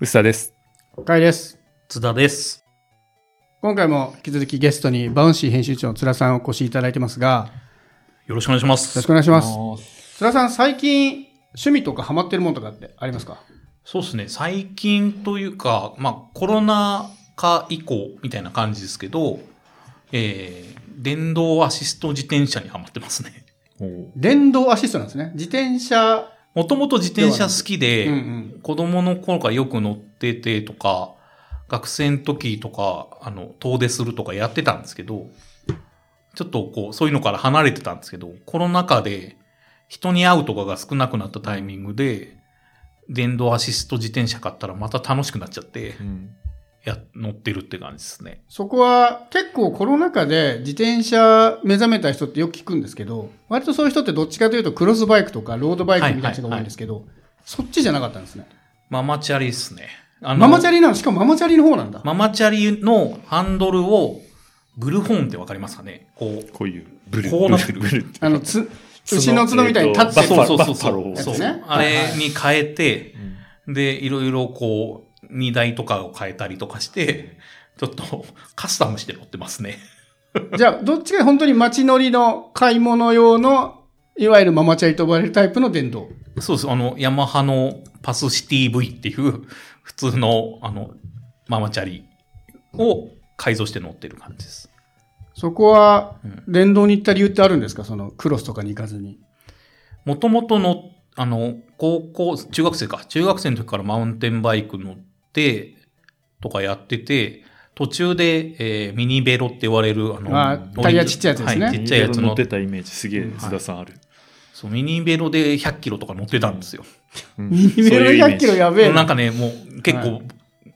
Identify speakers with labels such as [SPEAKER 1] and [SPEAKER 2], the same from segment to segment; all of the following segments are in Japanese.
[SPEAKER 1] 薄田です。
[SPEAKER 2] かいです。
[SPEAKER 3] 津田です。
[SPEAKER 2] 今回も引き続きゲストにバウンシー編集長の津田さんをお越しいただいてますが、
[SPEAKER 3] よろしくお願いします。
[SPEAKER 2] よろしくお願いします。
[SPEAKER 1] は
[SPEAKER 2] 津田さん、最近趣味とかハマってるものとかってありますか
[SPEAKER 3] そうですね。最近というか、まあコロナ禍以降みたいな感じですけど、えー、電動アシスト自転車にはまってますね。
[SPEAKER 2] 電動アシストなんですね。自転車、
[SPEAKER 3] もともと自転車好きで、
[SPEAKER 2] うんうん
[SPEAKER 3] 子供の頃からよく乗っててとか、学生の時とか、あの、遠出するとかやってたんですけど、ちょっとこう、そういうのから離れてたんですけど、コロナ禍で人に会うとかが少なくなったタイミングで、電動アシスト自転車買ったらまた楽しくなっちゃって、や、乗ってるって感じですね。
[SPEAKER 2] そこは結構コロナ禍で自転車目覚めた人ってよく聞くんですけど、割とそういう人ってどっちかというとクロスバイクとかロードバイクみたいな人が多いんですけど、そっちじゃなかったんですね。
[SPEAKER 3] ママチャリですね。あの
[SPEAKER 2] ママチャリなのしかもママチャリの方なんだ。
[SPEAKER 3] ママチャリのハンドルを、ブルホーンってわかりますかねこう、
[SPEAKER 1] こういう、ブル
[SPEAKER 3] こうなってる
[SPEAKER 1] ブルブル
[SPEAKER 2] あの、つ、牛の角みたいに立って
[SPEAKER 1] バッファ
[SPEAKER 3] そ
[SPEAKER 1] ロ
[SPEAKER 3] う
[SPEAKER 1] ー
[SPEAKER 3] そう
[SPEAKER 1] バッファローやつ
[SPEAKER 3] そうそう。そう
[SPEAKER 2] ね
[SPEAKER 3] あ
[SPEAKER 2] はい
[SPEAKER 3] れ
[SPEAKER 2] はい
[SPEAKER 3] に変えて、
[SPEAKER 1] うん
[SPEAKER 3] で、いろいろこう、荷台とかを変えたりとかして、ちょっとカスタムして乗ってますね。
[SPEAKER 2] じゃあ、どっちか本当に街乗りの買い物用の、いわゆるママチャリと呼ばれるタイプの電動。
[SPEAKER 3] そうです。あの、ヤマハのパスシティ V っていう、普通の、あの、ママチャリを改造して乗ってる感じです。
[SPEAKER 2] そこは
[SPEAKER 3] うん、
[SPEAKER 2] 電動に行った理由ってあるんですかその、クロスとかに行かずに。
[SPEAKER 3] もともとの、あの、高校、中学生か。中学生の時からマウンテンバイク乗って、とかやってて、途中で、えーミニベロって言われる、あの、
[SPEAKER 2] あータイヤちっちゃいやつですね
[SPEAKER 3] はちっちゃいやつ
[SPEAKER 1] 乗
[SPEAKER 3] 乗
[SPEAKER 1] っ
[SPEAKER 3] ってて
[SPEAKER 1] たイメージ、すげえ、津田さんある。
[SPEAKER 3] そう、ミニベロで100キロとか乗ってたんですよ。
[SPEAKER 1] うん
[SPEAKER 2] 2メ
[SPEAKER 1] そういうイメージ
[SPEAKER 2] 100キロやべえ。
[SPEAKER 3] なんかね、もう結
[SPEAKER 2] は
[SPEAKER 3] 構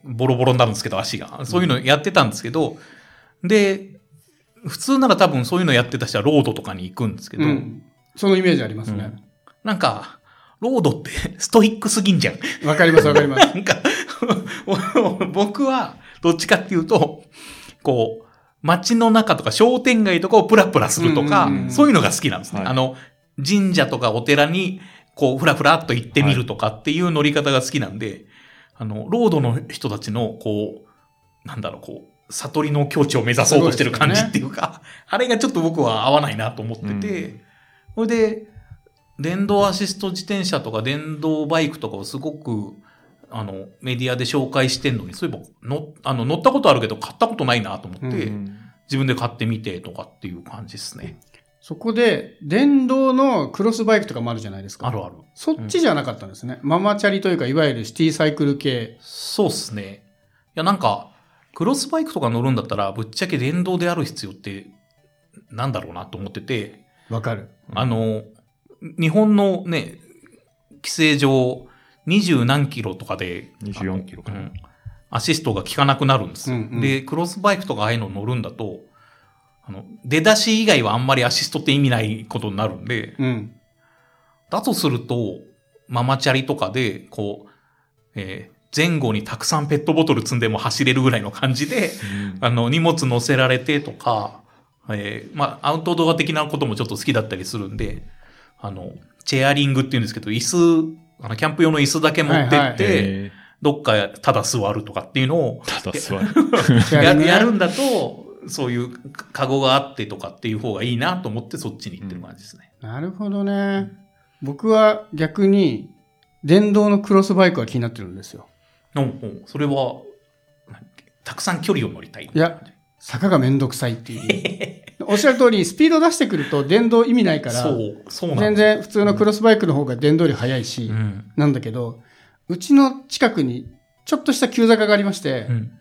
[SPEAKER 3] ボロボロになるんですけど、足が。そういうのやってたんですけど、で、普通なら多分そういうのやってた人はロードとかに行くんですけど、
[SPEAKER 2] うん。そのイメージありますね。
[SPEAKER 3] なんか、ロードって ストイックすぎんじゃん。
[SPEAKER 2] わ、かりますわかります。
[SPEAKER 3] なんか、 僕はどっちかっていうと、こう、街の中とか商店街とかをプラプラするとか、
[SPEAKER 2] うんうんうん
[SPEAKER 3] そういうのが好きなんですね。
[SPEAKER 1] はい
[SPEAKER 3] あの、神社とかお寺に、こう、ふらふらっと行ってみるとかっていう乗り方が好きなんで、あの、ロードの人たちの、こう、なんだろう、こう、悟りの境地を目指そうとしてる感じっていうか、 あれがちょっと僕は合わないなと思ってて、それで、電動アシスト自転車とか電動バイクとかをすごく、あの、メディアで紹介してんのに、そういえば、の、あの、乗ったことあるけど買ったことないなと思って、
[SPEAKER 1] うん
[SPEAKER 3] 自分で買ってみてとかっていう感じですね。
[SPEAKER 2] そこで、電動のクロスバイクとかもあるじゃないですか。
[SPEAKER 3] あるある。
[SPEAKER 2] そっちじゃなかったんですね。ママチャリというか、いわゆるシティサイクル系。
[SPEAKER 3] そうっすね。いや、なんか、クロスバイクとか乗るんだったら、ぶっちゃけ電動である必要って、なんだろうなと思ってて、
[SPEAKER 2] わかる。
[SPEAKER 1] うん
[SPEAKER 3] あの、日本のね、規制上、二十何キロとかで、
[SPEAKER 1] 24キロか
[SPEAKER 3] う
[SPEAKER 1] なん
[SPEAKER 3] アシストが効かなくなるんですよ、
[SPEAKER 2] うんうん
[SPEAKER 3] で、クロスバイクとかああいうの乗るんだと、あの、出だし以外はあんまりアシストって意味ないことになるんで、
[SPEAKER 2] うん。
[SPEAKER 3] だとすると、ママチャリとかで、こう、えー前後にたくさんペットボトル積んでも走れるぐらいの感じで、あの、荷物乗せられてとか、えーまあ、アウトドア的なこともちょっと好きだったりするんで、あの、チェアリングっていうんですけど、椅子、あの、キャンプ用の椅子だけ持って
[SPEAKER 2] はいは
[SPEAKER 3] っ
[SPEAKER 2] い
[SPEAKER 3] て、
[SPEAKER 1] で、
[SPEAKER 3] どっかただ座るとかっていうのを
[SPEAKER 1] ただ座る。
[SPEAKER 2] シェアリ
[SPEAKER 3] や
[SPEAKER 2] ングね
[SPEAKER 3] やるんだと、そういうカゴがあってとかっていう方がいいなと思ってそっちに行ってる感じですね。
[SPEAKER 2] なるほどね。僕は逆に、電動のクロスバイクは気になってるんですよ。
[SPEAKER 3] うん、うんそれは、なんてたくさん距離を乗りたい。
[SPEAKER 2] いや坂がめんどくさいっていう。おっしゃる通り、スピード出してくると電動意味ないから
[SPEAKER 3] そ、う、そうなんだ
[SPEAKER 2] 全。然普通のクロスバイクの方が電動より速いし、
[SPEAKER 3] うん。
[SPEAKER 2] なんだけど、うちの近くにちょっとした急坂がありまして、
[SPEAKER 3] うん。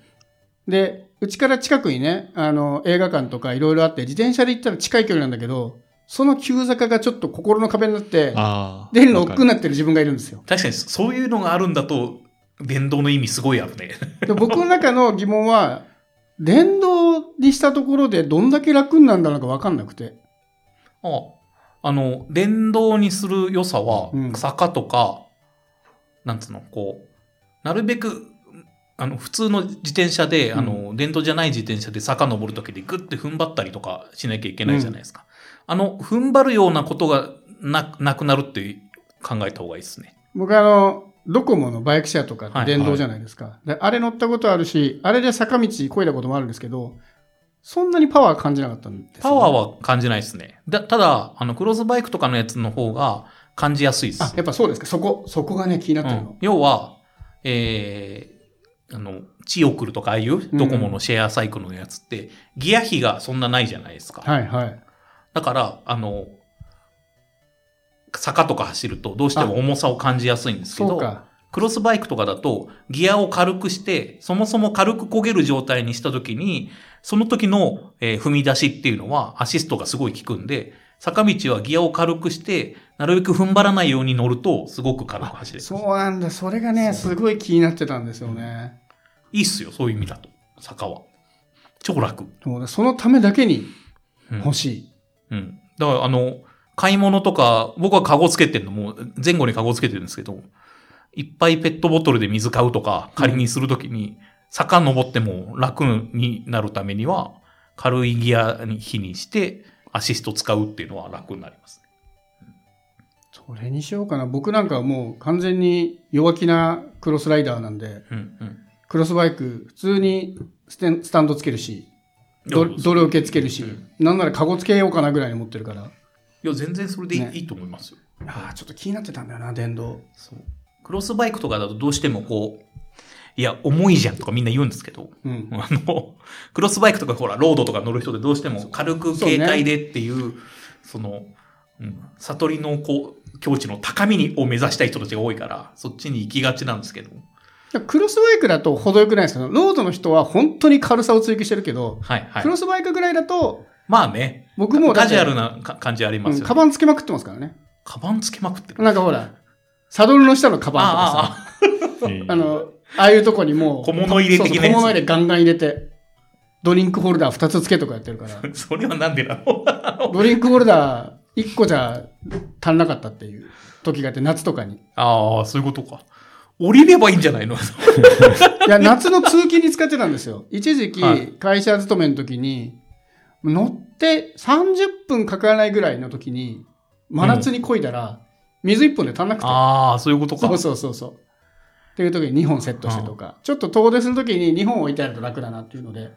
[SPEAKER 2] で、うちから近くにね、あの、映画館とかいろいろあって、自転車で行ったら近い距離なんだけど、その急坂がちょっと心の壁になって、
[SPEAKER 1] ああ。
[SPEAKER 2] 出るの億劫に
[SPEAKER 1] な
[SPEAKER 2] なってる自分がいるんですよ。
[SPEAKER 3] 確かにそういうのがあるんだと、電動の意味すごいあるね。
[SPEAKER 2] で僕の中の疑問は、電動にしたところでどんだけ楽になるんだろうか分かんなくて。
[SPEAKER 3] ああの、電動にする良さは
[SPEAKER 2] うん、
[SPEAKER 3] 坂とか、なんつうの、こう、なるべく、あの、普通の自転車で、
[SPEAKER 2] うん
[SPEAKER 3] あの、電動じゃない自転車で坂登るときでグッて踏ん張ったりとかしなきゃいけないじゃないですか。あの、踏ん張るようなことがな、なくなるって考えた方がいいですね。
[SPEAKER 2] 僕あの、ドコモのバイクシェアとかって電動じゃないですか、で。あれ乗ったことあるし、あれで坂道こいだこともあるんですけど、そんなにパワー感じなかったんですよね、
[SPEAKER 3] パワーは感じないですね。だただ、あの、クローズバイクとかのやつの方が感じやすいです
[SPEAKER 2] あ、。やっぱそうですか。そこ、そこがね、気になってる
[SPEAKER 3] うん
[SPEAKER 2] の。
[SPEAKER 3] 要は、えーあの、チオクルとかああいうドコモのシェアサイクルのやつって、ギア比がそんなないじゃないですか。
[SPEAKER 2] はいはい。
[SPEAKER 3] だから、あの、坂とか走るとどうしても重さを感じやすいんですけ
[SPEAKER 2] そう
[SPEAKER 3] ど、
[SPEAKER 2] か。
[SPEAKER 3] クロスバイクとかだとギアを軽くして、そもそも軽く焦げる状態にした時に、その時の、えー踏み出しっていうのはアシストがすごい効くんで、坂道はギアを軽くして、なるべく踏ん張らないように乗るとすごく軽く走れる。
[SPEAKER 2] そうなんだ。それがね、すごい気になってたんですよね。
[SPEAKER 3] いいっすよ、そういう意味だと。坂は。超楽。
[SPEAKER 2] そうだそのためだけに
[SPEAKER 3] うん
[SPEAKER 2] 欲しい。
[SPEAKER 3] うん。だから、あの、買い物とか、僕はカゴつけてるのも、前後にカゴつけてるんですけど、いっぱいペットボトルで水買うとか、仮にするときに、坂登っても楽になるためには、軽いギアに比にして、アシスト使うっていうのは楽になります。
[SPEAKER 2] それにしようかな。僕なんかはもう完全に弱気なクロスライダーなんで、
[SPEAKER 3] うん、うん。
[SPEAKER 2] クロスバイク普通にステンスタンドつけるし、ど
[SPEAKER 3] いや
[SPEAKER 2] どれ受けつけるし
[SPEAKER 3] うん、
[SPEAKER 2] なんならカゴつけようかなぐらいに持ってるから。
[SPEAKER 3] いや、全然それでいい,、
[SPEAKER 2] ね
[SPEAKER 3] いいと思いますよ。
[SPEAKER 2] ああ、ちょっと気になってたんだよな、電動。
[SPEAKER 3] そう。クロスバイクとかだとどうしてもこう、いや、重いじゃんとかみんな言うんですけど、
[SPEAKER 2] うん。
[SPEAKER 3] あの、クロスバイクとかほら、ロードとか乗る人でどうしても軽く
[SPEAKER 2] そうね
[SPEAKER 3] 携帯でっていう、その、うん、悟りのこう、境地の高みにを目指したい人たちが多いから、そっちに行きがちなんですけど。
[SPEAKER 2] クロスバイクだと程よくないですかロードの人は本当に軽さを追求してるけど、
[SPEAKER 3] はいは
[SPEAKER 2] ク
[SPEAKER 3] い。
[SPEAKER 2] ロスバイクぐらいだと、
[SPEAKER 3] まあね、
[SPEAKER 2] 僕もだ
[SPEAKER 3] カ
[SPEAKER 2] って
[SPEAKER 3] ジュアルなか感じあります
[SPEAKER 2] うん
[SPEAKER 3] よ、
[SPEAKER 2] カ
[SPEAKER 3] ね
[SPEAKER 2] バンつけまくってますからね。
[SPEAKER 3] カバンつけまくってる。
[SPEAKER 2] なんかほら、サドルの下のカバンとかさ、あ
[SPEAKER 3] あ
[SPEAKER 1] えー
[SPEAKER 2] の、ああいうとこにもう、
[SPEAKER 3] 小物入れ的なや
[SPEAKER 2] そ
[SPEAKER 3] つ
[SPEAKER 2] うそう小物入れガンガン入れて、ドリンクホルダー2つつけとかやってるから
[SPEAKER 3] ああ、あ、それはなんでだろう。
[SPEAKER 2] ドリンクホルダー1個じゃ足んなかったっていう時があって、夏とかに。
[SPEAKER 3] ああ、そういうことか。降りればいいんじ ゃないの
[SPEAKER 2] いや、夏の通勤に使ってたんですよ。一時期
[SPEAKER 3] はい、
[SPEAKER 2] 会社勤めの時に、乗って30分かからないぐらいの時に、真夏に漕いだら、水1本で足んなくて。
[SPEAKER 3] ああ、そういうことか。
[SPEAKER 2] そうそうそうそう。っていう時に2本セットしてとか、ちょっと遠出する時に2本置いてあると楽だなっていうので、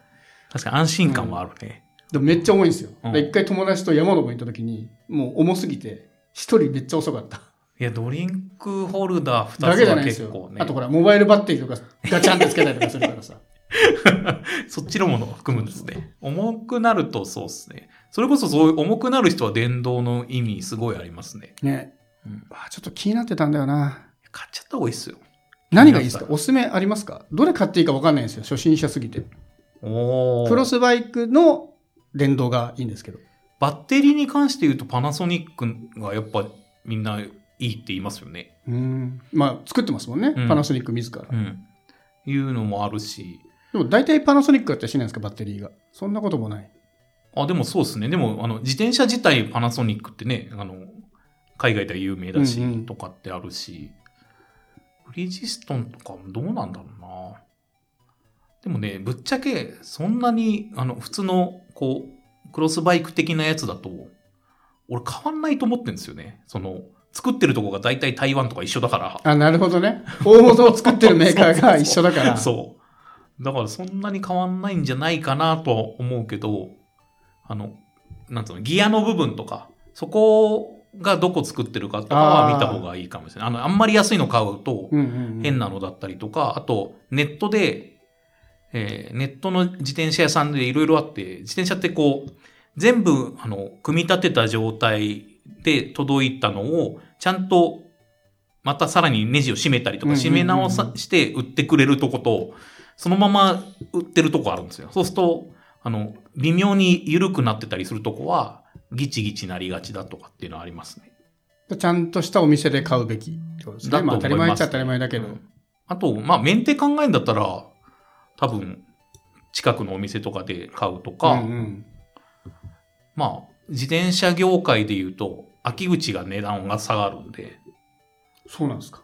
[SPEAKER 3] 確かに安心感はあるね。
[SPEAKER 2] でもめっちゃ重いんですよ。
[SPEAKER 3] うん
[SPEAKER 2] で一回友達と山登りに行った時に、もう重すぎて、一人めっちゃ遅かった。
[SPEAKER 3] いや、ドリンクホルダー2つ
[SPEAKER 2] だけじゃ
[SPEAKER 3] は
[SPEAKER 2] ないです
[SPEAKER 3] 結
[SPEAKER 2] よ
[SPEAKER 3] 構。ね。
[SPEAKER 2] あとほら、モバイルバッテリーとかガチャンってつけたりとかするから さ。
[SPEAKER 3] そっちのものを含むんですね。重くなるとそうですね。それこそそういう重くなる人は電動の意味すごいありますね。
[SPEAKER 2] ね。
[SPEAKER 3] うん
[SPEAKER 2] あちょっと気になってたんだよな。
[SPEAKER 3] 買っちゃった方がいいっすよ。
[SPEAKER 2] 何がいいですか
[SPEAKER 3] 気になっ
[SPEAKER 2] おすすめありますかどれ買っていいか分かんないんですよ。初心者すぎて。
[SPEAKER 3] おー
[SPEAKER 2] クロスバイクの電動がいいんですけど。
[SPEAKER 3] バッテリーに関して言うとパナソニックがやっぱみんないいって言いますよね。
[SPEAKER 2] うん。まあ、作ってますもんね。
[SPEAKER 3] うん
[SPEAKER 2] パナソニック自ら。
[SPEAKER 3] うん。いうのもあるし。
[SPEAKER 2] でも大体パナソニックだったりしないんですか、バッテリーが。そんなこともない。
[SPEAKER 3] あ、でもそうですね。でも、あの、自転車自体パナソニックってね、あの、海外では有名だし、
[SPEAKER 2] うんうん
[SPEAKER 3] とかってあるし、ブリヂストンとかもどうなんだろうな。でもね、ぶっちゃけ、そんなに、あの、普通の、こう、クロスバイク的なやつだと、俺変わんないと思ってんですよね。その、作ってるとこが大体台湾とか一緒だから。
[SPEAKER 2] あ、なるほどね。大元を作ってるメーカーが一緒だ から。
[SPEAKER 3] そう。だからそんなに変わんないんじゃないかなとは思うけど、あの、なんつうの、ギアの部分とか、そこがどこ作ってるかとかは見た方がいいかもしれない。あの、あんまり安いの買うと
[SPEAKER 2] う。、んうん、うん。
[SPEAKER 3] 変なのだったりとか、あと、ネットで、えーネットの自転車屋さんでいろいろあって、自転車ってこう、全部、あの、組み立てた状態で届いたのを、ちゃんと、またさらにネジを締めたりとか、
[SPEAKER 2] うんうんうんう
[SPEAKER 3] 締
[SPEAKER 2] ん
[SPEAKER 3] め直さして売ってくれるとこと、そのまま売ってるとこあるんですよ。そうすると、あの、微妙に緩くなってたりするとこは、ギチギチなりがちだとかっていうのはありますね。
[SPEAKER 2] ちゃんとしたお店で買うべきってことです
[SPEAKER 3] だ
[SPEAKER 2] ね。
[SPEAKER 3] と思
[SPEAKER 2] まあ当
[SPEAKER 3] い
[SPEAKER 2] たり前っ
[SPEAKER 3] ます
[SPEAKER 2] ちゃ当たり前だけど。
[SPEAKER 3] うんあと、まあ、メンテ考えんだったら、多分、近くのお店とかで買うとか、
[SPEAKER 2] うんうん、
[SPEAKER 3] まあ、自転車業界で言うと、秋口が値段が下がるんで、
[SPEAKER 2] そうなんですか。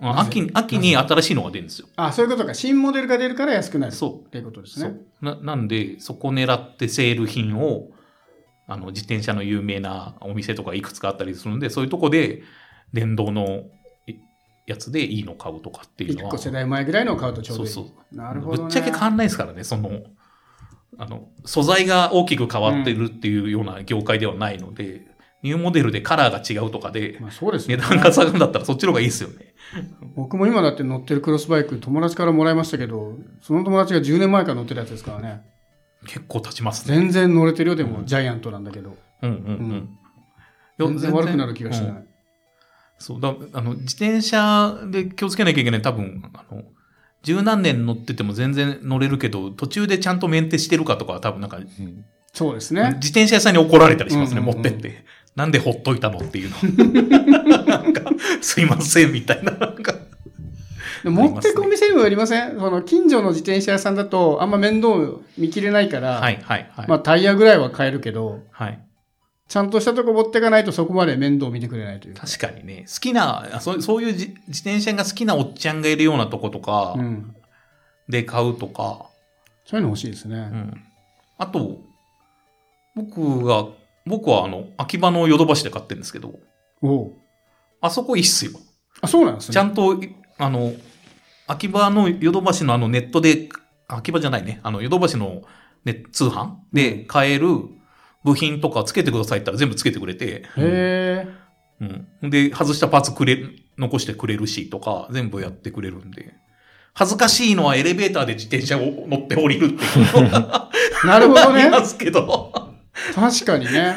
[SPEAKER 3] あ
[SPEAKER 2] なぜ
[SPEAKER 3] 秋秋に新しいのが出るんですよ。
[SPEAKER 2] あ、そういうことか。新モデルが出るから安くなる。
[SPEAKER 3] そう
[SPEAKER 2] っていうことです
[SPEAKER 3] そ
[SPEAKER 2] ね。
[SPEAKER 3] うななんで、そこ狙ってセール品を、あの、自転車の有名なお店とかいくつかあったりするんで、そういうとこで、電動のいやつでいいの買うとかっていうの
[SPEAKER 2] 一
[SPEAKER 3] は。
[SPEAKER 2] 個世代前ぐらいのを買うとちょうどいい。
[SPEAKER 3] そう
[SPEAKER 2] なるほど、ね。
[SPEAKER 3] ぶっちゃけ変わんないですからね、その、あの、素材が大きく変わってるっていうような業界ではないので、ニューモデルでカラーが違うとかで、
[SPEAKER 2] まあそうです
[SPEAKER 3] 値
[SPEAKER 2] ね。
[SPEAKER 3] 段が下がるんだったらそっちの方がいいですよね。
[SPEAKER 2] 僕も今だって乗ってるクロスバイク、友達からもらいましたけど、その友達が10年前から乗ってたやつですからね。
[SPEAKER 3] 結構経ちますね。
[SPEAKER 2] 全然乗れてるよ、でも、
[SPEAKER 3] うん
[SPEAKER 2] ジャイアントなんだけど。
[SPEAKER 3] うんうんうん。
[SPEAKER 2] 全然悪くなる気がしない。
[SPEAKER 3] うんそうだ、あの、自転車で気をつけなきゃいけない。多分、あの、十何年乗ってても全然乗れるけど、途中でちゃんとメンテしてるかとかは多分なんか、
[SPEAKER 1] うん
[SPEAKER 2] そうですね。
[SPEAKER 3] 自転車屋さんに怒られたりしますね、
[SPEAKER 2] うんうんうん
[SPEAKER 3] 持ってって。なんでほっといたのっていうの。 なんか、すいません、みたいな。なんか、
[SPEAKER 2] で持ってくお店にもよりませんその近所の自転車屋さんだと、あんま面倒見切れないから、
[SPEAKER 3] はいはいはい。
[SPEAKER 2] まあタイヤぐらいは買えるけど、
[SPEAKER 3] はい。
[SPEAKER 2] ちゃんとしたとこ持ってかないとそこまで面倒見てくれないという。
[SPEAKER 3] 確かにね、好きな、あそうそういうじ自転車が好きなおっちゃんがいるようなとことか
[SPEAKER 2] うん。
[SPEAKER 3] で買うとか、
[SPEAKER 2] そういうの欲しいですね。
[SPEAKER 3] うん。あと、僕が、僕はあの、秋葉のヨドバシで買ってるんですけど、
[SPEAKER 2] おう
[SPEAKER 3] あそこいいっすよ。
[SPEAKER 2] あ、そうなんですね。
[SPEAKER 3] ちゃんと、いあの、秋葉のヨドバシのあのネットで、秋葉じゃないね、あのヨドバシのネ通販で買える部品とかつけてくださいって言ったら全部つけてくれて、
[SPEAKER 2] へえ。
[SPEAKER 3] うん。で、外したパーツくれ、残してくれるしとか、全部やってくれるんで。恥ずかしいのはエレベーターで自転車を乗って降りるっていうのが
[SPEAKER 2] なるほど
[SPEAKER 3] あ
[SPEAKER 2] ね
[SPEAKER 3] り。ますけど。
[SPEAKER 2] 確かにね。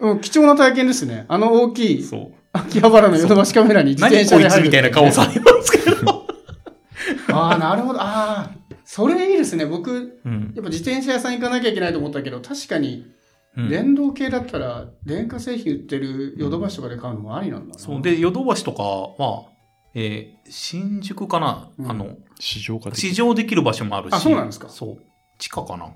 [SPEAKER 2] うん、貴重な体験ですね。あの大きい
[SPEAKER 3] そう。
[SPEAKER 2] 秋葉原のヨドバシカメラに自
[SPEAKER 3] 何
[SPEAKER 2] 転
[SPEAKER 3] こ
[SPEAKER 2] 車
[SPEAKER 3] い
[SPEAKER 2] で
[SPEAKER 3] つ
[SPEAKER 2] 入る、
[SPEAKER 3] みたいな顔。されますけど。
[SPEAKER 2] ああ、なるほど。ああ、それいいですね。僕、
[SPEAKER 3] うん。
[SPEAKER 2] やっぱ自転車屋さん行かなきゃいけないと思ったけど、確かに
[SPEAKER 3] うん
[SPEAKER 2] 電動系だったら、電化製品売ってるヨドバシとかで買うのもありなんだな。
[SPEAKER 3] そう。で、ヨドバシとかは、えー新宿かな、
[SPEAKER 2] うん
[SPEAKER 3] あの、
[SPEAKER 1] 市場ができ
[SPEAKER 3] 試乗できる場所もあるし。
[SPEAKER 2] あそうなんですか
[SPEAKER 3] そう。地下かな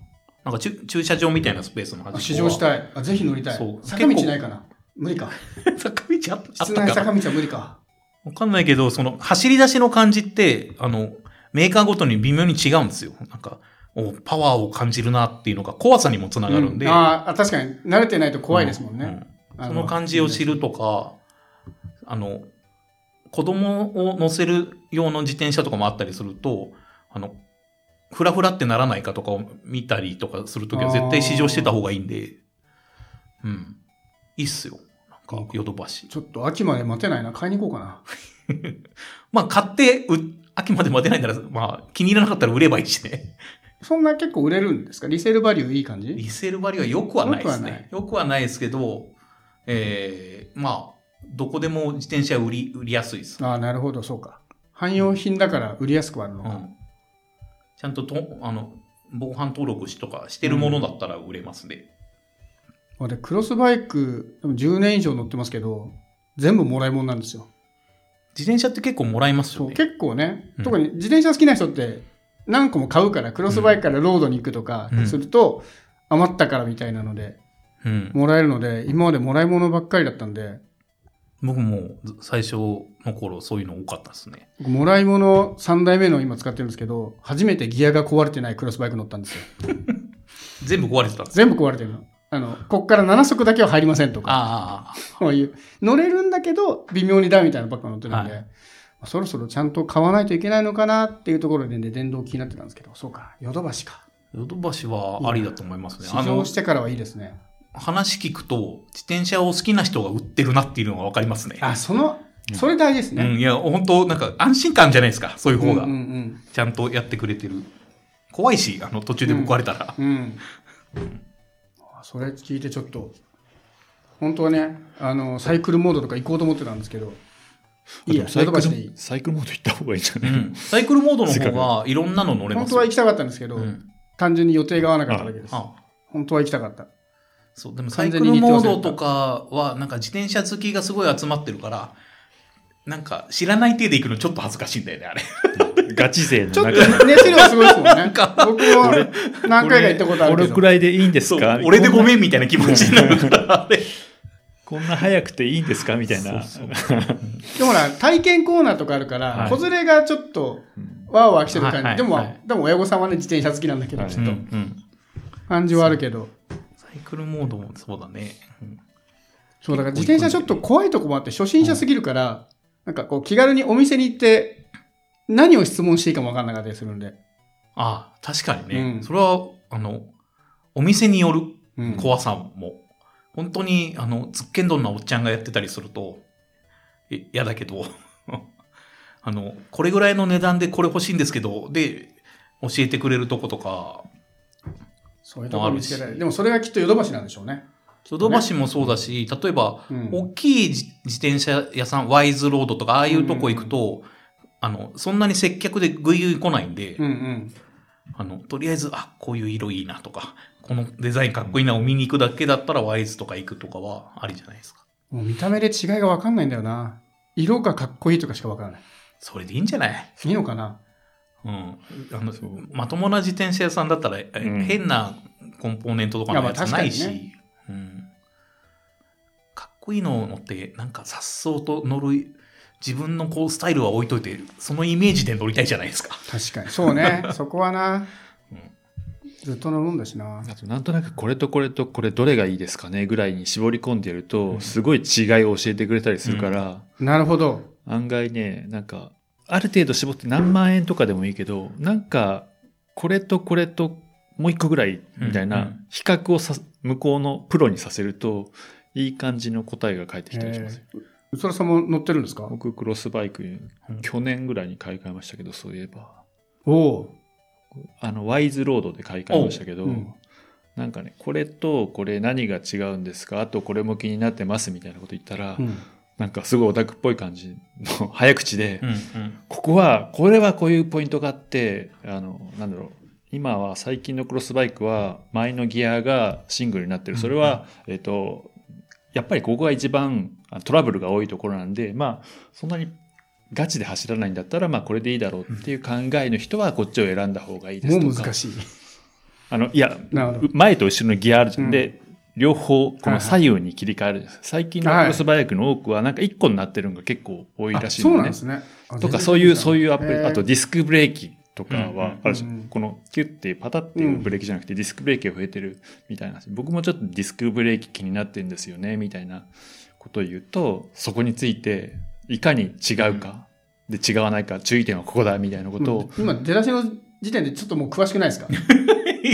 [SPEAKER 3] なんかちゅ駐車場みたいなスペースもあ
[SPEAKER 2] あ試乗したい。あ、ぜひ乗りたい
[SPEAKER 3] そう。
[SPEAKER 2] 坂道ないかな無理か。
[SPEAKER 3] 坂道あっあっ
[SPEAKER 2] 室
[SPEAKER 3] た
[SPEAKER 2] 内
[SPEAKER 3] かな
[SPEAKER 2] 坂道は無理か。
[SPEAKER 3] わかんないけど、その、走り出しの感じって、あの、メーカーごとに微妙に違うんですよ。なんか、おパワーを感じるなっていうのが怖さにもつながるんで。
[SPEAKER 2] うああ、確かに慣れてないと怖いですもん
[SPEAKER 3] う
[SPEAKER 2] ね。
[SPEAKER 3] うんその感じを知るとか、あの、子供を乗せる用の自転車とかもあったりすると、あの、フラフラってならないかとかを見たりとかするときは絶対試乗してた方がいいんで、うん。いいっすよ。なんか、ヨドバシ。
[SPEAKER 2] ちょっと秋まで待てないな。買いに行こうかな。
[SPEAKER 3] まあ、買って、う、秋まで待てないなら、まあ、気に入らなかったら売ればいいしね。
[SPEAKER 2] そんな結構売れるんですかリセールバリューいい感じ
[SPEAKER 3] リセールバリューは良くはないですね。
[SPEAKER 2] 良
[SPEAKER 3] 良くはないですけど、ええまあ、どこでも自転車売り、売りやすいです。
[SPEAKER 2] ああ、なるほど、そうか。汎用品だから売りやすくはあるの
[SPEAKER 3] う
[SPEAKER 2] か。
[SPEAKER 3] ん、ちゃんととあの防犯登録しとかしてるものだったら売れますね。
[SPEAKER 2] まあで、クロスバイク、でも10年以上乗ってますけど、全部もらい物なんですよ。
[SPEAKER 3] 自転車って結構もらえます
[SPEAKER 2] そ
[SPEAKER 3] よ
[SPEAKER 2] う、
[SPEAKER 3] ね。
[SPEAKER 2] 結構ね、
[SPEAKER 3] うん
[SPEAKER 2] 特に自転車好きな人って何個も買うから、クロスバイクからロードに行くとか
[SPEAKER 3] うん
[SPEAKER 2] すると、余ったからみたいなので、
[SPEAKER 3] うん、
[SPEAKER 2] もらえるので、今までもらい物ばっかりだったんで、
[SPEAKER 3] 僕もず最初の頃そういうの多かったですね。
[SPEAKER 2] 僕もらい物3代目の今使ってるんですけど、初めてギアが壊れてないクロスバイク乗ったんですよ。
[SPEAKER 3] 全部壊れてたんです。
[SPEAKER 2] 全部壊れてるの。あの、こっから7足だけは入りませんとか。
[SPEAKER 3] ああああ、
[SPEAKER 2] こういう、乗れるんだけど、微妙にだみたいなのばっか乗ってるんで、
[SPEAKER 3] は
[SPEAKER 2] そろそろちゃんと買わないといけないのかなっていうところで、ね、電動気になってたんですけど、そうか、ヨドバシか。
[SPEAKER 3] ヨドバシはありだと思いますね。
[SPEAKER 2] 試
[SPEAKER 3] あ
[SPEAKER 2] 乗
[SPEAKER 3] の
[SPEAKER 2] してからはいいですね。
[SPEAKER 3] 話聞くと自転車を好きな人が売ってるなっていうのがわかりますね。
[SPEAKER 2] あ、その、それ大事です
[SPEAKER 3] う
[SPEAKER 2] ね。
[SPEAKER 3] ん、いや本当なんか安心感じゃないですか。そういう方が、
[SPEAKER 2] うんうん
[SPEAKER 3] ちゃんとやってくれてる。怖いしあの途中でも壊れたら。
[SPEAKER 2] うん。うんあそれ聞いてちょっと、本当はね、あの、サイクルモードとか行こうと思ってたんですけど、いいや、
[SPEAKER 1] サイ
[SPEAKER 2] ヨ
[SPEAKER 1] ク
[SPEAKER 2] ド
[SPEAKER 1] ル
[SPEAKER 2] バシでいい。
[SPEAKER 1] サイクルモード行った方がいいんじゃ
[SPEAKER 3] う
[SPEAKER 1] ない、
[SPEAKER 3] ん、サイクルモードの方がいろんなの乗れま
[SPEAKER 2] 本
[SPEAKER 3] す
[SPEAKER 2] 当
[SPEAKER 3] よ。
[SPEAKER 2] は行きたかったんですけど、
[SPEAKER 3] うん
[SPEAKER 2] 単純に予定が合わなかっただけです。
[SPEAKER 3] あ
[SPEAKER 2] 本当は行きたかった。
[SPEAKER 3] そう、でもサイ
[SPEAKER 2] 完
[SPEAKER 3] ク
[SPEAKER 2] 全に似て
[SPEAKER 3] ルモー
[SPEAKER 2] ますよ
[SPEAKER 3] ドとかは、なんか自転車好きがすごい集まってるから、なんか知らない体で行くのちょっと恥ずかしいんだよね、あれ。
[SPEAKER 1] ガチ勢の
[SPEAKER 2] ちょっ
[SPEAKER 1] 中
[SPEAKER 2] と熱量すごいですもんね。僕も何回か行ったことあ
[SPEAKER 1] こ
[SPEAKER 2] るけ
[SPEAKER 1] れ
[SPEAKER 2] ど。
[SPEAKER 1] くらいでいいんです
[SPEAKER 3] そう
[SPEAKER 1] か、
[SPEAKER 3] 俺でごめ
[SPEAKER 1] ん
[SPEAKER 3] んみたいな気持ちになるから、あれ。
[SPEAKER 1] こんな早くていいんですかみたいな
[SPEAKER 3] そう
[SPEAKER 2] でもほら、体験コーナーとかあるから、
[SPEAKER 1] はい
[SPEAKER 2] 子連れがちょっと、
[SPEAKER 1] うん
[SPEAKER 2] わーわー来てる感じ。
[SPEAKER 3] はい
[SPEAKER 2] でも、
[SPEAKER 3] はい
[SPEAKER 2] でも親御さんはね、自転車好きなんだけど、
[SPEAKER 1] はい
[SPEAKER 2] ち
[SPEAKER 3] う
[SPEAKER 2] ょ
[SPEAKER 3] ん
[SPEAKER 2] っ
[SPEAKER 3] う
[SPEAKER 2] と、
[SPEAKER 3] ん
[SPEAKER 2] 感じはあるけど。
[SPEAKER 3] サイクルモードもそうだね。うん
[SPEAKER 2] そう、だから自転車ちょっと怖いとこもあって、初心者すぎるから、なんかこう気軽にお店に行って何を質問していいかもわかんなかったりするんで。
[SPEAKER 3] ああ、確かにね。
[SPEAKER 2] うん
[SPEAKER 3] それは、あの、お店による
[SPEAKER 2] うん
[SPEAKER 3] 怖さも、本当に、あの、つっけんどんなおっちゃんがやってたりすると、え嫌だけど、 あの、これぐらいの値段でこれ欲しいんですけど、で、教えてくれるとことか、
[SPEAKER 2] そういうところ見つけられる。でもそれがきっとヨドバシなんでしょうね。
[SPEAKER 3] ヨドバシもそうだし、例えば、
[SPEAKER 2] うん
[SPEAKER 3] 大きい自自転車屋さん、ワイズロードとか、ああいうとこ行くと、あの、そんなに接客でぐいぐい来ないんで、
[SPEAKER 2] うんうん。
[SPEAKER 3] あの、とりあえず、あ、こういう色いいなとか、このデザインかっこいいなを見に行くだけだったら、ワイズとか行くとかはありじゃないですか。
[SPEAKER 2] もう見た目で違いがわかんないんだよな。色がかっこいいとかしかわからない。
[SPEAKER 3] それでいいんじゃない
[SPEAKER 2] いいのかな
[SPEAKER 3] うん。あの、まともな自転車屋さんだったら、え
[SPEAKER 1] うん
[SPEAKER 3] 変なコンポーネントとかのやつない
[SPEAKER 2] い
[SPEAKER 3] し、
[SPEAKER 2] やまあ
[SPEAKER 3] うん。かっこいいのを乗って、なんか颯爽と乗る、自分のこうスタイルは置いといて、そのイメージで乗りたいじゃないですか。
[SPEAKER 2] 確かに。そ うね。そこはな
[SPEAKER 3] うん。
[SPEAKER 2] ずっと飲むんだしな。
[SPEAKER 1] あとなんとなくこれとこれとこれどれがいいですかねぐらいに絞り込んでやる
[SPEAKER 3] うん
[SPEAKER 1] とすごい違いを教えてくれたりするから、
[SPEAKER 2] なるほど。
[SPEAKER 1] 案外ねなんかある程度絞って何万円とかでもいいけどなんかこれとこれともう一個ぐらいみたい
[SPEAKER 3] うんう
[SPEAKER 1] なん比較をさ向こうのプロにさせるといい感じの答えが返ってきたりしますよ。
[SPEAKER 2] うそらさんも乗ってるんですか
[SPEAKER 1] 僕クロスバイク
[SPEAKER 3] うん
[SPEAKER 1] 去年ぐらいに買い替えましたけどそういえば
[SPEAKER 2] おお
[SPEAKER 1] あのワイズロードで買い替えましたけど、
[SPEAKER 2] おううん
[SPEAKER 1] なんかねこれとこれ何が違うんですかあとこれも気になってますみたいなこと言ったら、
[SPEAKER 2] ー。うん。
[SPEAKER 1] なんかすごいオタクっぽい感じの早口で、
[SPEAKER 3] うんうん。
[SPEAKER 1] ここはこれはこういうポイントがあってあのなんだろう今は最近のクロスバイクは前のギアがシングルになってるそれは、えっとやっぱりここが一番あトラブルが多いところなんでまあそんなにガチで走らないんだったらまあこれでいいだろうっていう考えの人はこっちを選んだ方がいいですとか
[SPEAKER 2] もう難しい。
[SPEAKER 1] あのいや
[SPEAKER 2] なるほど。
[SPEAKER 1] 前と後ろのギアあるじゃ。
[SPEAKER 2] うんん
[SPEAKER 1] で、両方、この左右に切り替えるんです。最近のクロスバイクの多くは、なんか1個になってるのが結構多いらしい
[SPEAKER 2] あそう
[SPEAKER 1] の
[SPEAKER 2] なん
[SPEAKER 1] ね
[SPEAKER 2] で。すね。あ
[SPEAKER 1] とか、
[SPEAKER 2] 全然
[SPEAKER 1] そういう、そう
[SPEAKER 2] 知
[SPEAKER 1] いう
[SPEAKER 2] ら
[SPEAKER 1] ア
[SPEAKER 2] な
[SPEAKER 1] プ
[SPEAKER 2] か
[SPEAKER 1] リ、
[SPEAKER 2] った
[SPEAKER 1] あとディスクブレーキとか
[SPEAKER 3] うん
[SPEAKER 1] はあるじゃ
[SPEAKER 2] うんん。
[SPEAKER 1] この、キュッてパタっていうブレーキじゃなくて、ディスクブレーキが増えてるみたいな話。僕もちょっとディスクブレーキ気になってるんですよね、みたいなことを言うと、そこについて、いかに違うか、で、違わないか、注意点はここだ、みたいなことを
[SPEAKER 2] もう今、出だしの時点でちょっともう詳しくないで すか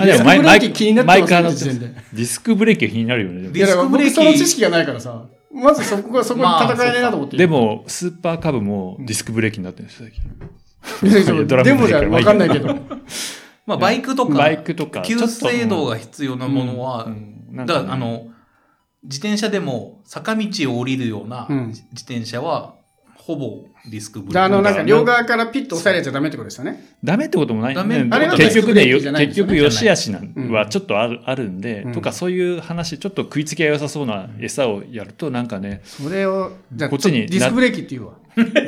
[SPEAKER 1] あでも
[SPEAKER 2] マ
[SPEAKER 1] マ
[SPEAKER 2] イ
[SPEAKER 1] イ
[SPEAKER 2] ブレーキ気になってます
[SPEAKER 1] マイカー
[SPEAKER 2] ね
[SPEAKER 1] の
[SPEAKER 2] 時点で。
[SPEAKER 1] ディスクブレーキが気になるよね。でも
[SPEAKER 3] ディスクブレー
[SPEAKER 2] い
[SPEAKER 3] キ
[SPEAKER 2] やだから僕その知識がないからさ、まずそこが、そこに戦えないなと思って。
[SPEAKER 1] で、 も、スーパーカブもディスクブレーキになってるんですよ、最近。ドラム
[SPEAKER 2] でもじゃ
[SPEAKER 1] ブレーキ
[SPEAKER 2] わかんないけど。
[SPEAKER 3] まあ、バイクとか、
[SPEAKER 1] バイクとか。
[SPEAKER 3] 急制度が
[SPEAKER 1] 必
[SPEAKER 3] 必要なものは、だから、あ、の、自転車でも坂道を降りるような
[SPEAKER 2] うん
[SPEAKER 3] 自転車は、ほぼディスクブ
[SPEAKER 2] じ
[SPEAKER 3] レ
[SPEAKER 2] ゃあ、あ
[SPEAKER 3] ー
[SPEAKER 2] の、
[SPEAKER 3] キ。
[SPEAKER 2] なんか両側からピッと押さえれちゃダメってことですよね。
[SPEAKER 1] ダメってこともない
[SPEAKER 3] ダメってこと
[SPEAKER 1] ね
[SPEAKER 3] は
[SPEAKER 1] 結局ね、
[SPEAKER 2] ディ
[SPEAKER 1] よ
[SPEAKER 2] スクブレーキじゃないん
[SPEAKER 1] 結
[SPEAKER 2] ですよね
[SPEAKER 1] 局、よしあしな
[SPEAKER 2] うん
[SPEAKER 1] んはちょっとあるあるんで
[SPEAKER 2] うん、
[SPEAKER 1] とかそういう話、ちょっと食いつきが良さそうな餌をやると、なんかね、
[SPEAKER 2] それを、じゃあ、
[SPEAKER 1] こっちに
[SPEAKER 2] ょとディスクブレーキって言うわ。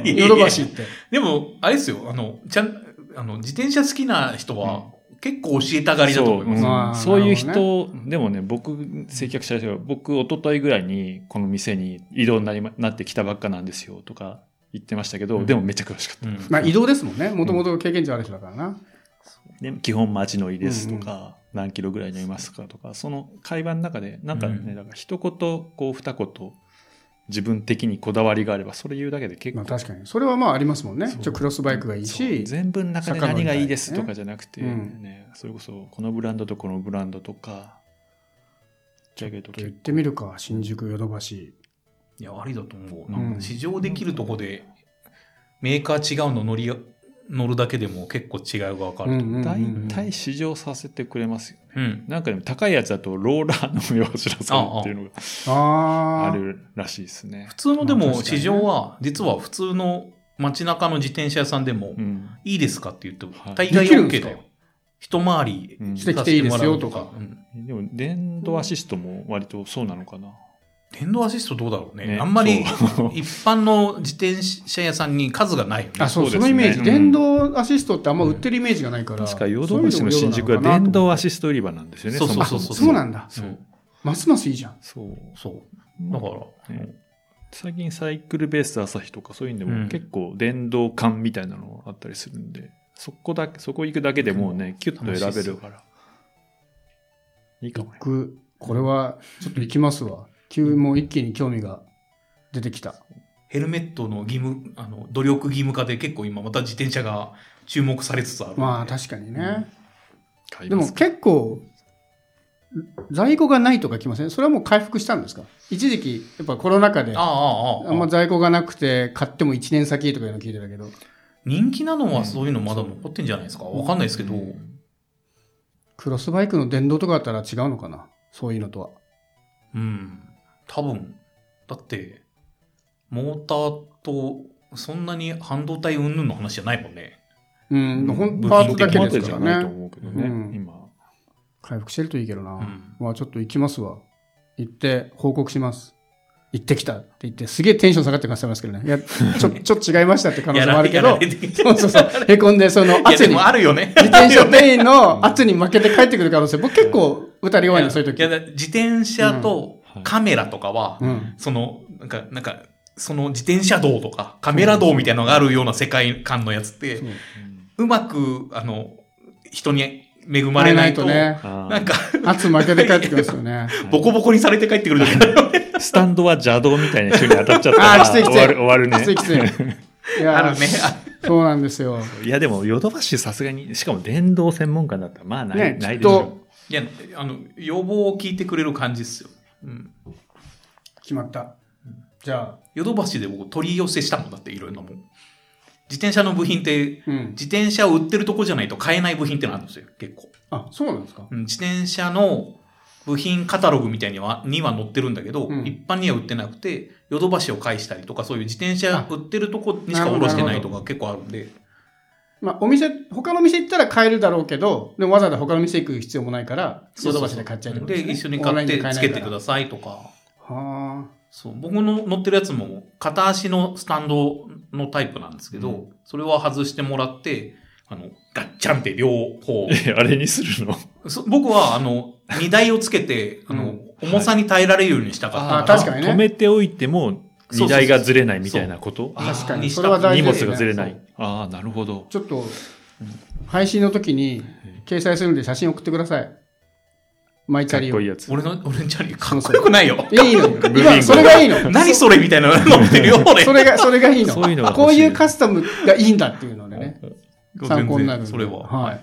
[SPEAKER 3] いやいや
[SPEAKER 2] ヨドバシって。
[SPEAKER 3] でも、あれですよ、あの、ちゃん、あの、自転車好きな人は、結構教えたがりだと
[SPEAKER 1] そ
[SPEAKER 3] 思
[SPEAKER 1] う
[SPEAKER 3] います。
[SPEAKER 2] ま
[SPEAKER 1] う
[SPEAKER 2] あ
[SPEAKER 1] んそういう
[SPEAKER 2] なる
[SPEAKER 1] 人、でもね、僕、接客した人が、僕、一昨日ぐらいにこの店に移動になりまなってきたばっかなんですよとか言ってましたけ
[SPEAKER 3] う
[SPEAKER 1] ど、
[SPEAKER 3] ん
[SPEAKER 1] でもめっちゃ詳しかった。
[SPEAKER 3] うん
[SPEAKER 2] まあ、移動ですもんね。もともと経験値ある人だからな。
[SPEAKER 1] で基本待ち乗りですとか、何キロぐらい乗りますかとかその会話の中でなんかね、
[SPEAKER 3] うん
[SPEAKER 1] だから一言こう二言自分的にこだわりがあればそれ言うだけで結構、
[SPEAKER 2] まあ、確かに。それはまあ、ありますもんね
[SPEAKER 1] そ。う
[SPEAKER 2] ちょ、クロスバイクがいい
[SPEAKER 1] そう
[SPEAKER 2] し。
[SPEAKER 1] 全部の中で
[SPEAKER 2] 坂乗り
[SPEAKER 1] 何が
[SPEAKER 2] たい
[SPEAKER 1] いいですとかじゃなくて、
[SPEAKER 2] う
[SPEAKER 1] ね
[SPEAKER 2] ん
[SPEAKER 1] それこそこのブランドとこのブランドとかじゃあけど
[SPEAKER 2] 言ってみるか、新宿ヨドバシ。
[SPEAKER 3] いや、ありだと思う。
[SPEAKER 1] うん
[SPEAKER 3] なんか、試乗できるとこで、メーカー違うの乗り、乗るだけでも結構違いがわかると。
[SPEAKER 2] うんうんう
[SPEAKER 1] 大
[SPEAKER 2] ん
[SPEAKER 1] 体試乗させてくれますよね、
[SPEAKER 3] うん。
[SPEAKER 1] なんかでも高いやつだとローラーの用紙らさんっていうのが
[SPEAKER 2] あ
[SPEAKER 1] あ
[SPEAKER 2] あ。
[SPEAKER 1] るらしいですね
[SPEAKER 3] 普通ので
[SPEAKER 2] まあ
[SPEAKER 3] も
[SPEAKER 2] 確かにね
[SPEAKER 3] 市場は、実は普通の街中の自転車屋さんでも
[SPEAKER 1] う、ん
[SPEAKER 3] いいですかって言っても
[SPEAKER 1] はい、
[SPEAKER 3] 大概
[SPEAKER 2] できるんです
[SPEAKER 3] OK
[SPEAKER 2] か
[SPEAKER 3] だよ。一回り
[SPEAKER 1] うん
[SPEAKER 2] してきていいですよと
[SPEAKER 3] さ
[SPEAKER 2] か
[SPEAKER 3] せてもらううん
[SPEAKER 1] でも電動アシストも割とそうなのかな、
[SPEAKER 3] 電動アシストどうだろうね。
[SPEAKER 1] ね
[SPEAKER 3] あんまり
[SPEAKER 1] そう
[SPEAKER 3] 一般の自転車屋さんに数がないよね。
[SPEAKER 2] あ、そう、
[SPEAKER 1] そ
[SPEAKER 2] そう
[SPEAKER 1] ですね
[SPEAKER 2] のイメージ。
[SPEAKER 1] うん
[SPEAKER 2] 電動アシストってあんま売ってるイメージがないから。
[SPEAKER 1] 確かヨドバシの新宿は電動アシスト売り場なんですよね。
[SPEAKER 3] そうそう
[SPEAKER 1] もも
[SPEAKER 3] そう
[SPEAKER 2] そうなんだ。
[SPEAKER 3] そう。
[SPEAKER 2] ますますいいじゃん。
[SPEAKER 1] そう。
[SPEAKER 3] そう。だから、
[SPEAKER 1] ね最近サイクルベース朝日とかそういうんで
[SPEAKER 3] うん
[SPEAKER 1] も結構電動感みたいなのあったりするんで、そこだけ、そこ行くだけでもうね、キュッと選べるから。いいかもね。
[SPEAKER 2] 僕、これはちょっと行きますわ。急もう一気に興味が出てきた。
[SPEAKER 3] ヘルメットの義務、あの、努力義務化で結構今また自転車が注目されつつあるんで。
[SPEAKER 2] まあ確かにね。
[SPEAKER 1] 買い
[SPEAKER 2] で
[SPEAKER 1] ま
[SPEAKER 2] も
[SPEAKER 1] す
[SPEAKER 2] 結構、在庫がないとか来ませんそれはもう回復したんですか一時期、やっぱコロナ禍で、
[SPEAKER 3] あ
[SPEAKER 2] あ
[SPEAKER 3] あ、ああ、ああ。
[SPEAKER 2] んま在庫がなくて、買っても1年先とかいうの聞いてたけど、
[SPEAKER 3] 人気なのはそういうのまだ残ってんじゃないですか。わかんないですけど。
[SPEAKER 1] うん
[SPEAKER 2] クロスバイクの電動とかだったら違うのかなそういうのとは。
[SPEAKER 3] うん。多分。だって、モーターと、そんなに半導体云々の話じゃないもんね。
[SPEAKER 2] うん、
[SPEAKER 1] うん
[SPEAKER 2] ほん
[SPEAKER 3] 部
[SPEAKER 2] パー
[SPEAKER 3] 品
[SPEAKER 2] ツだけ
[SPEAKER 3] 的な
[SPEAKER 2] ですか
[SPEAKER 1] まだじゃな
[SPEAKER 2] ら
[SPEAKER 1] いと
[SPEAKER 2] ね。
[SPEAKER 1] 思うけどね、
[SPEAKER 2] うん
[SPEAKER 1] 今。
[SPEAKER 2] 回復してるといいけどな。
[SPEAKER 3] うん。
[SPEAKER 2] まあちょっと行きますわ。行って報告します。行ってきたって言って、すげえテンション下がってくださいますけどね。いや、ちょ、ちょっと違いましたって可能性もあるけ
[SPEAKER 3] やら
[SPEAKER 2] ど
[SPEAKER 3] れ、て きて
[SPEAKER 2] そうそうそう、へこんで、その
[SPEAKER 3] いや、
[SPEAKER 2] 圧
[SPEAKER 3] で
[SPEAKER 2] に
[SPEAKER 3] も、あるよね。
[SPEAKER 2] 自転車ペインの圧に負けて帰ってくる可能性、僕結構打たれ弱いの、そういう
[SPEAKER 3] いや
[SPEAKER 2] 時。
[SPEAKER 3] だ自転車と
[SPEAKER 1] うんはい
[SPEAKER 3] カメラとかは、
[SPEAKER 2] うん。
[SPEAKER 3] その、なんか、なんか、その自転車道とかカメラ道みたいなのがあるような世界観のやつって
[SPEAKER 2] そう、
[SPEAKER 3] うまく、あの、人に恵まれないと、
[SPEAKER 2] 会えないとね、
[SPEAKER 1] あー
[SPEAKER 3] なんか、
[SPEAKER 2] 圧負けて帰ってきますよね。
[SPEAKER 3] ボコボコにされて帰ってくる 時あるよね。
[SPEAKER 1] スタンドは邪道みたいな人に当たっちゃった
[SPEAKER 2] あ
[SPEAKER 1] ら
[SPEAKER 2] ーきついきつい
[SPEAKER 1] 終わる終わるね
[SPEAKER 2] きついき つい。いやー
[SPEAKER 3] あるね。
[SPEAKER 2] そうなんですよ。
[SPEAKER 1] いやでもヨドバシさすがにしかも電動専門家だったらまあない,、
[SPEAKER 2] ね
[SPEAKER 1] ない
[SPEAKER 2] きっ
[SPEAKER 1] でしょ
[SPEAKER 2] と
[SPEAKER 3] いや、あの、要望を聞いてくれる感じですよ。うん。
[SPEAKER 2] 決まった。じゃあ、
[SPEAKER 3] ヨドバシで僕取り寄せしたもんだって、いろいろなもん。自転車の部品って、
[SPEAKER 2] うん。
[SPEAKER 3] 自転車を売ってるとこじゃないと買えない部品ってのあるんですよ、結構。
[SPEAKER 2] あ、そうなんですか
[SPEAKER 3] うん自転車の部品カタログみたいにはには載ってるんだけど、
[SPEAKER 2] うん
[SPEAKER 3] 一般には売ってなくて、ヨドバシを返したりとか、そういう自転車
[SPEAKER 2] あ
[SPEAKER 3] 売ってるとこにしか卸してないとか結構あるんで、
[SPEAKER 2] まあ、お店、他の店行ったら買えるだろうけど、でもわざわざ他の店行く必要もないから、
[SPEAKER 3] そ
[SPEAKER 2] ヨ
[SPEAKER 3] う
[SPEAKER 2] ド
[SPEAKER 3] そう
[SPEAKER 2] バ
[SPEAKER 3] そ
[SPEAKER 2] シ
[SPEAKER 3] う
[SPEAKER 2] で買っちゃうってことです、ね、
[SPEAKER 3] で、一緒に買ってつけてく
[SPEAKER 2] さ
[SPEAKER 3] ださいとか、
[SPEAKER 2] い。は
[SPEAKER 3] そう、僕の乗ってるやつも片足のスタンドのタイプなんですけど、
[SPEAKER 1] う
[SPEAKER 3] それは外してもらって、あの、ガッチャンって両方
[SPEAKER 1] う。 えあれにするの
[SPEAKER 3] そ僕は、あの、荷台をつけて、あの、重さに耐えられるようにしたかった
[SPEAKER 2] あ確かにね
[SPEAKER 1] 止めておいても荷台がずれないみたいなこと
[SPEAKER 2] あ。確か
[SPEAKER 3] に
[SPEAKER 2] に。
[SPEAKER 3] し
[SPEAKER 2] そ
[SPEAKER 3] た
[SPEAKER 2] れは
[SPEAKER 3] あ
[SPEAKER 2] 大
[SPEAKER 1] 荷
[SPEAKER 2] 事
[SPEAKER 1] 物
[SPEAKER 2] です、ね。
[SPEAKER 1] がずれな
[SPEAKER 2] そ。
[SPEAKER 1] いうああなるほど
[SPEAKER 2] ちょっと、配信の時に掲載するんで写真送ってください。マイチ
[SPEAKER 1] か
[SPEAKER 2] ャ
[SPEAKER 1] っ
[SPEAKER 2] リを。
[SPEAKER 1] こいい
[SPEAKER 2] い
[SPEAKER 1] やつ
[SPEAKER 3] 俺の、俺のチャリ、かっこよくないよ。
[SPEAKER 2] いのよ。
[SPEAKER 1] ブリンゴ
[SPEAKER 2] 今、それがいいの。
[SPEAKER 3] 何それみたいなの乗ってるよ、俺。
[SPEAKER 2] それが、それがいいの。
[SPEAKER 1] そういうのが欲しい
[SPEAKER 2] こういうカスタムがいいんだっていうのでね、参考になるん
[SPEAKER 3] 全然
[SPEAKER 2] で。
[SPEAKER 3] それは。
[SPEAKER 2] はい。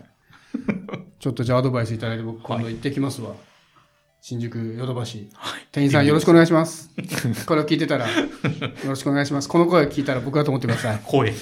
[SPEAKER 2] ちょっとじゃあアドバイスいただいて、僕今度行ってきますわ。新宿ヨドバシ。店員さんよろしくお願いします。これを聞いてたら、よろしくお願いします。この声を聞いたら僕だと思ってください。
[SPEAKER 3] 声。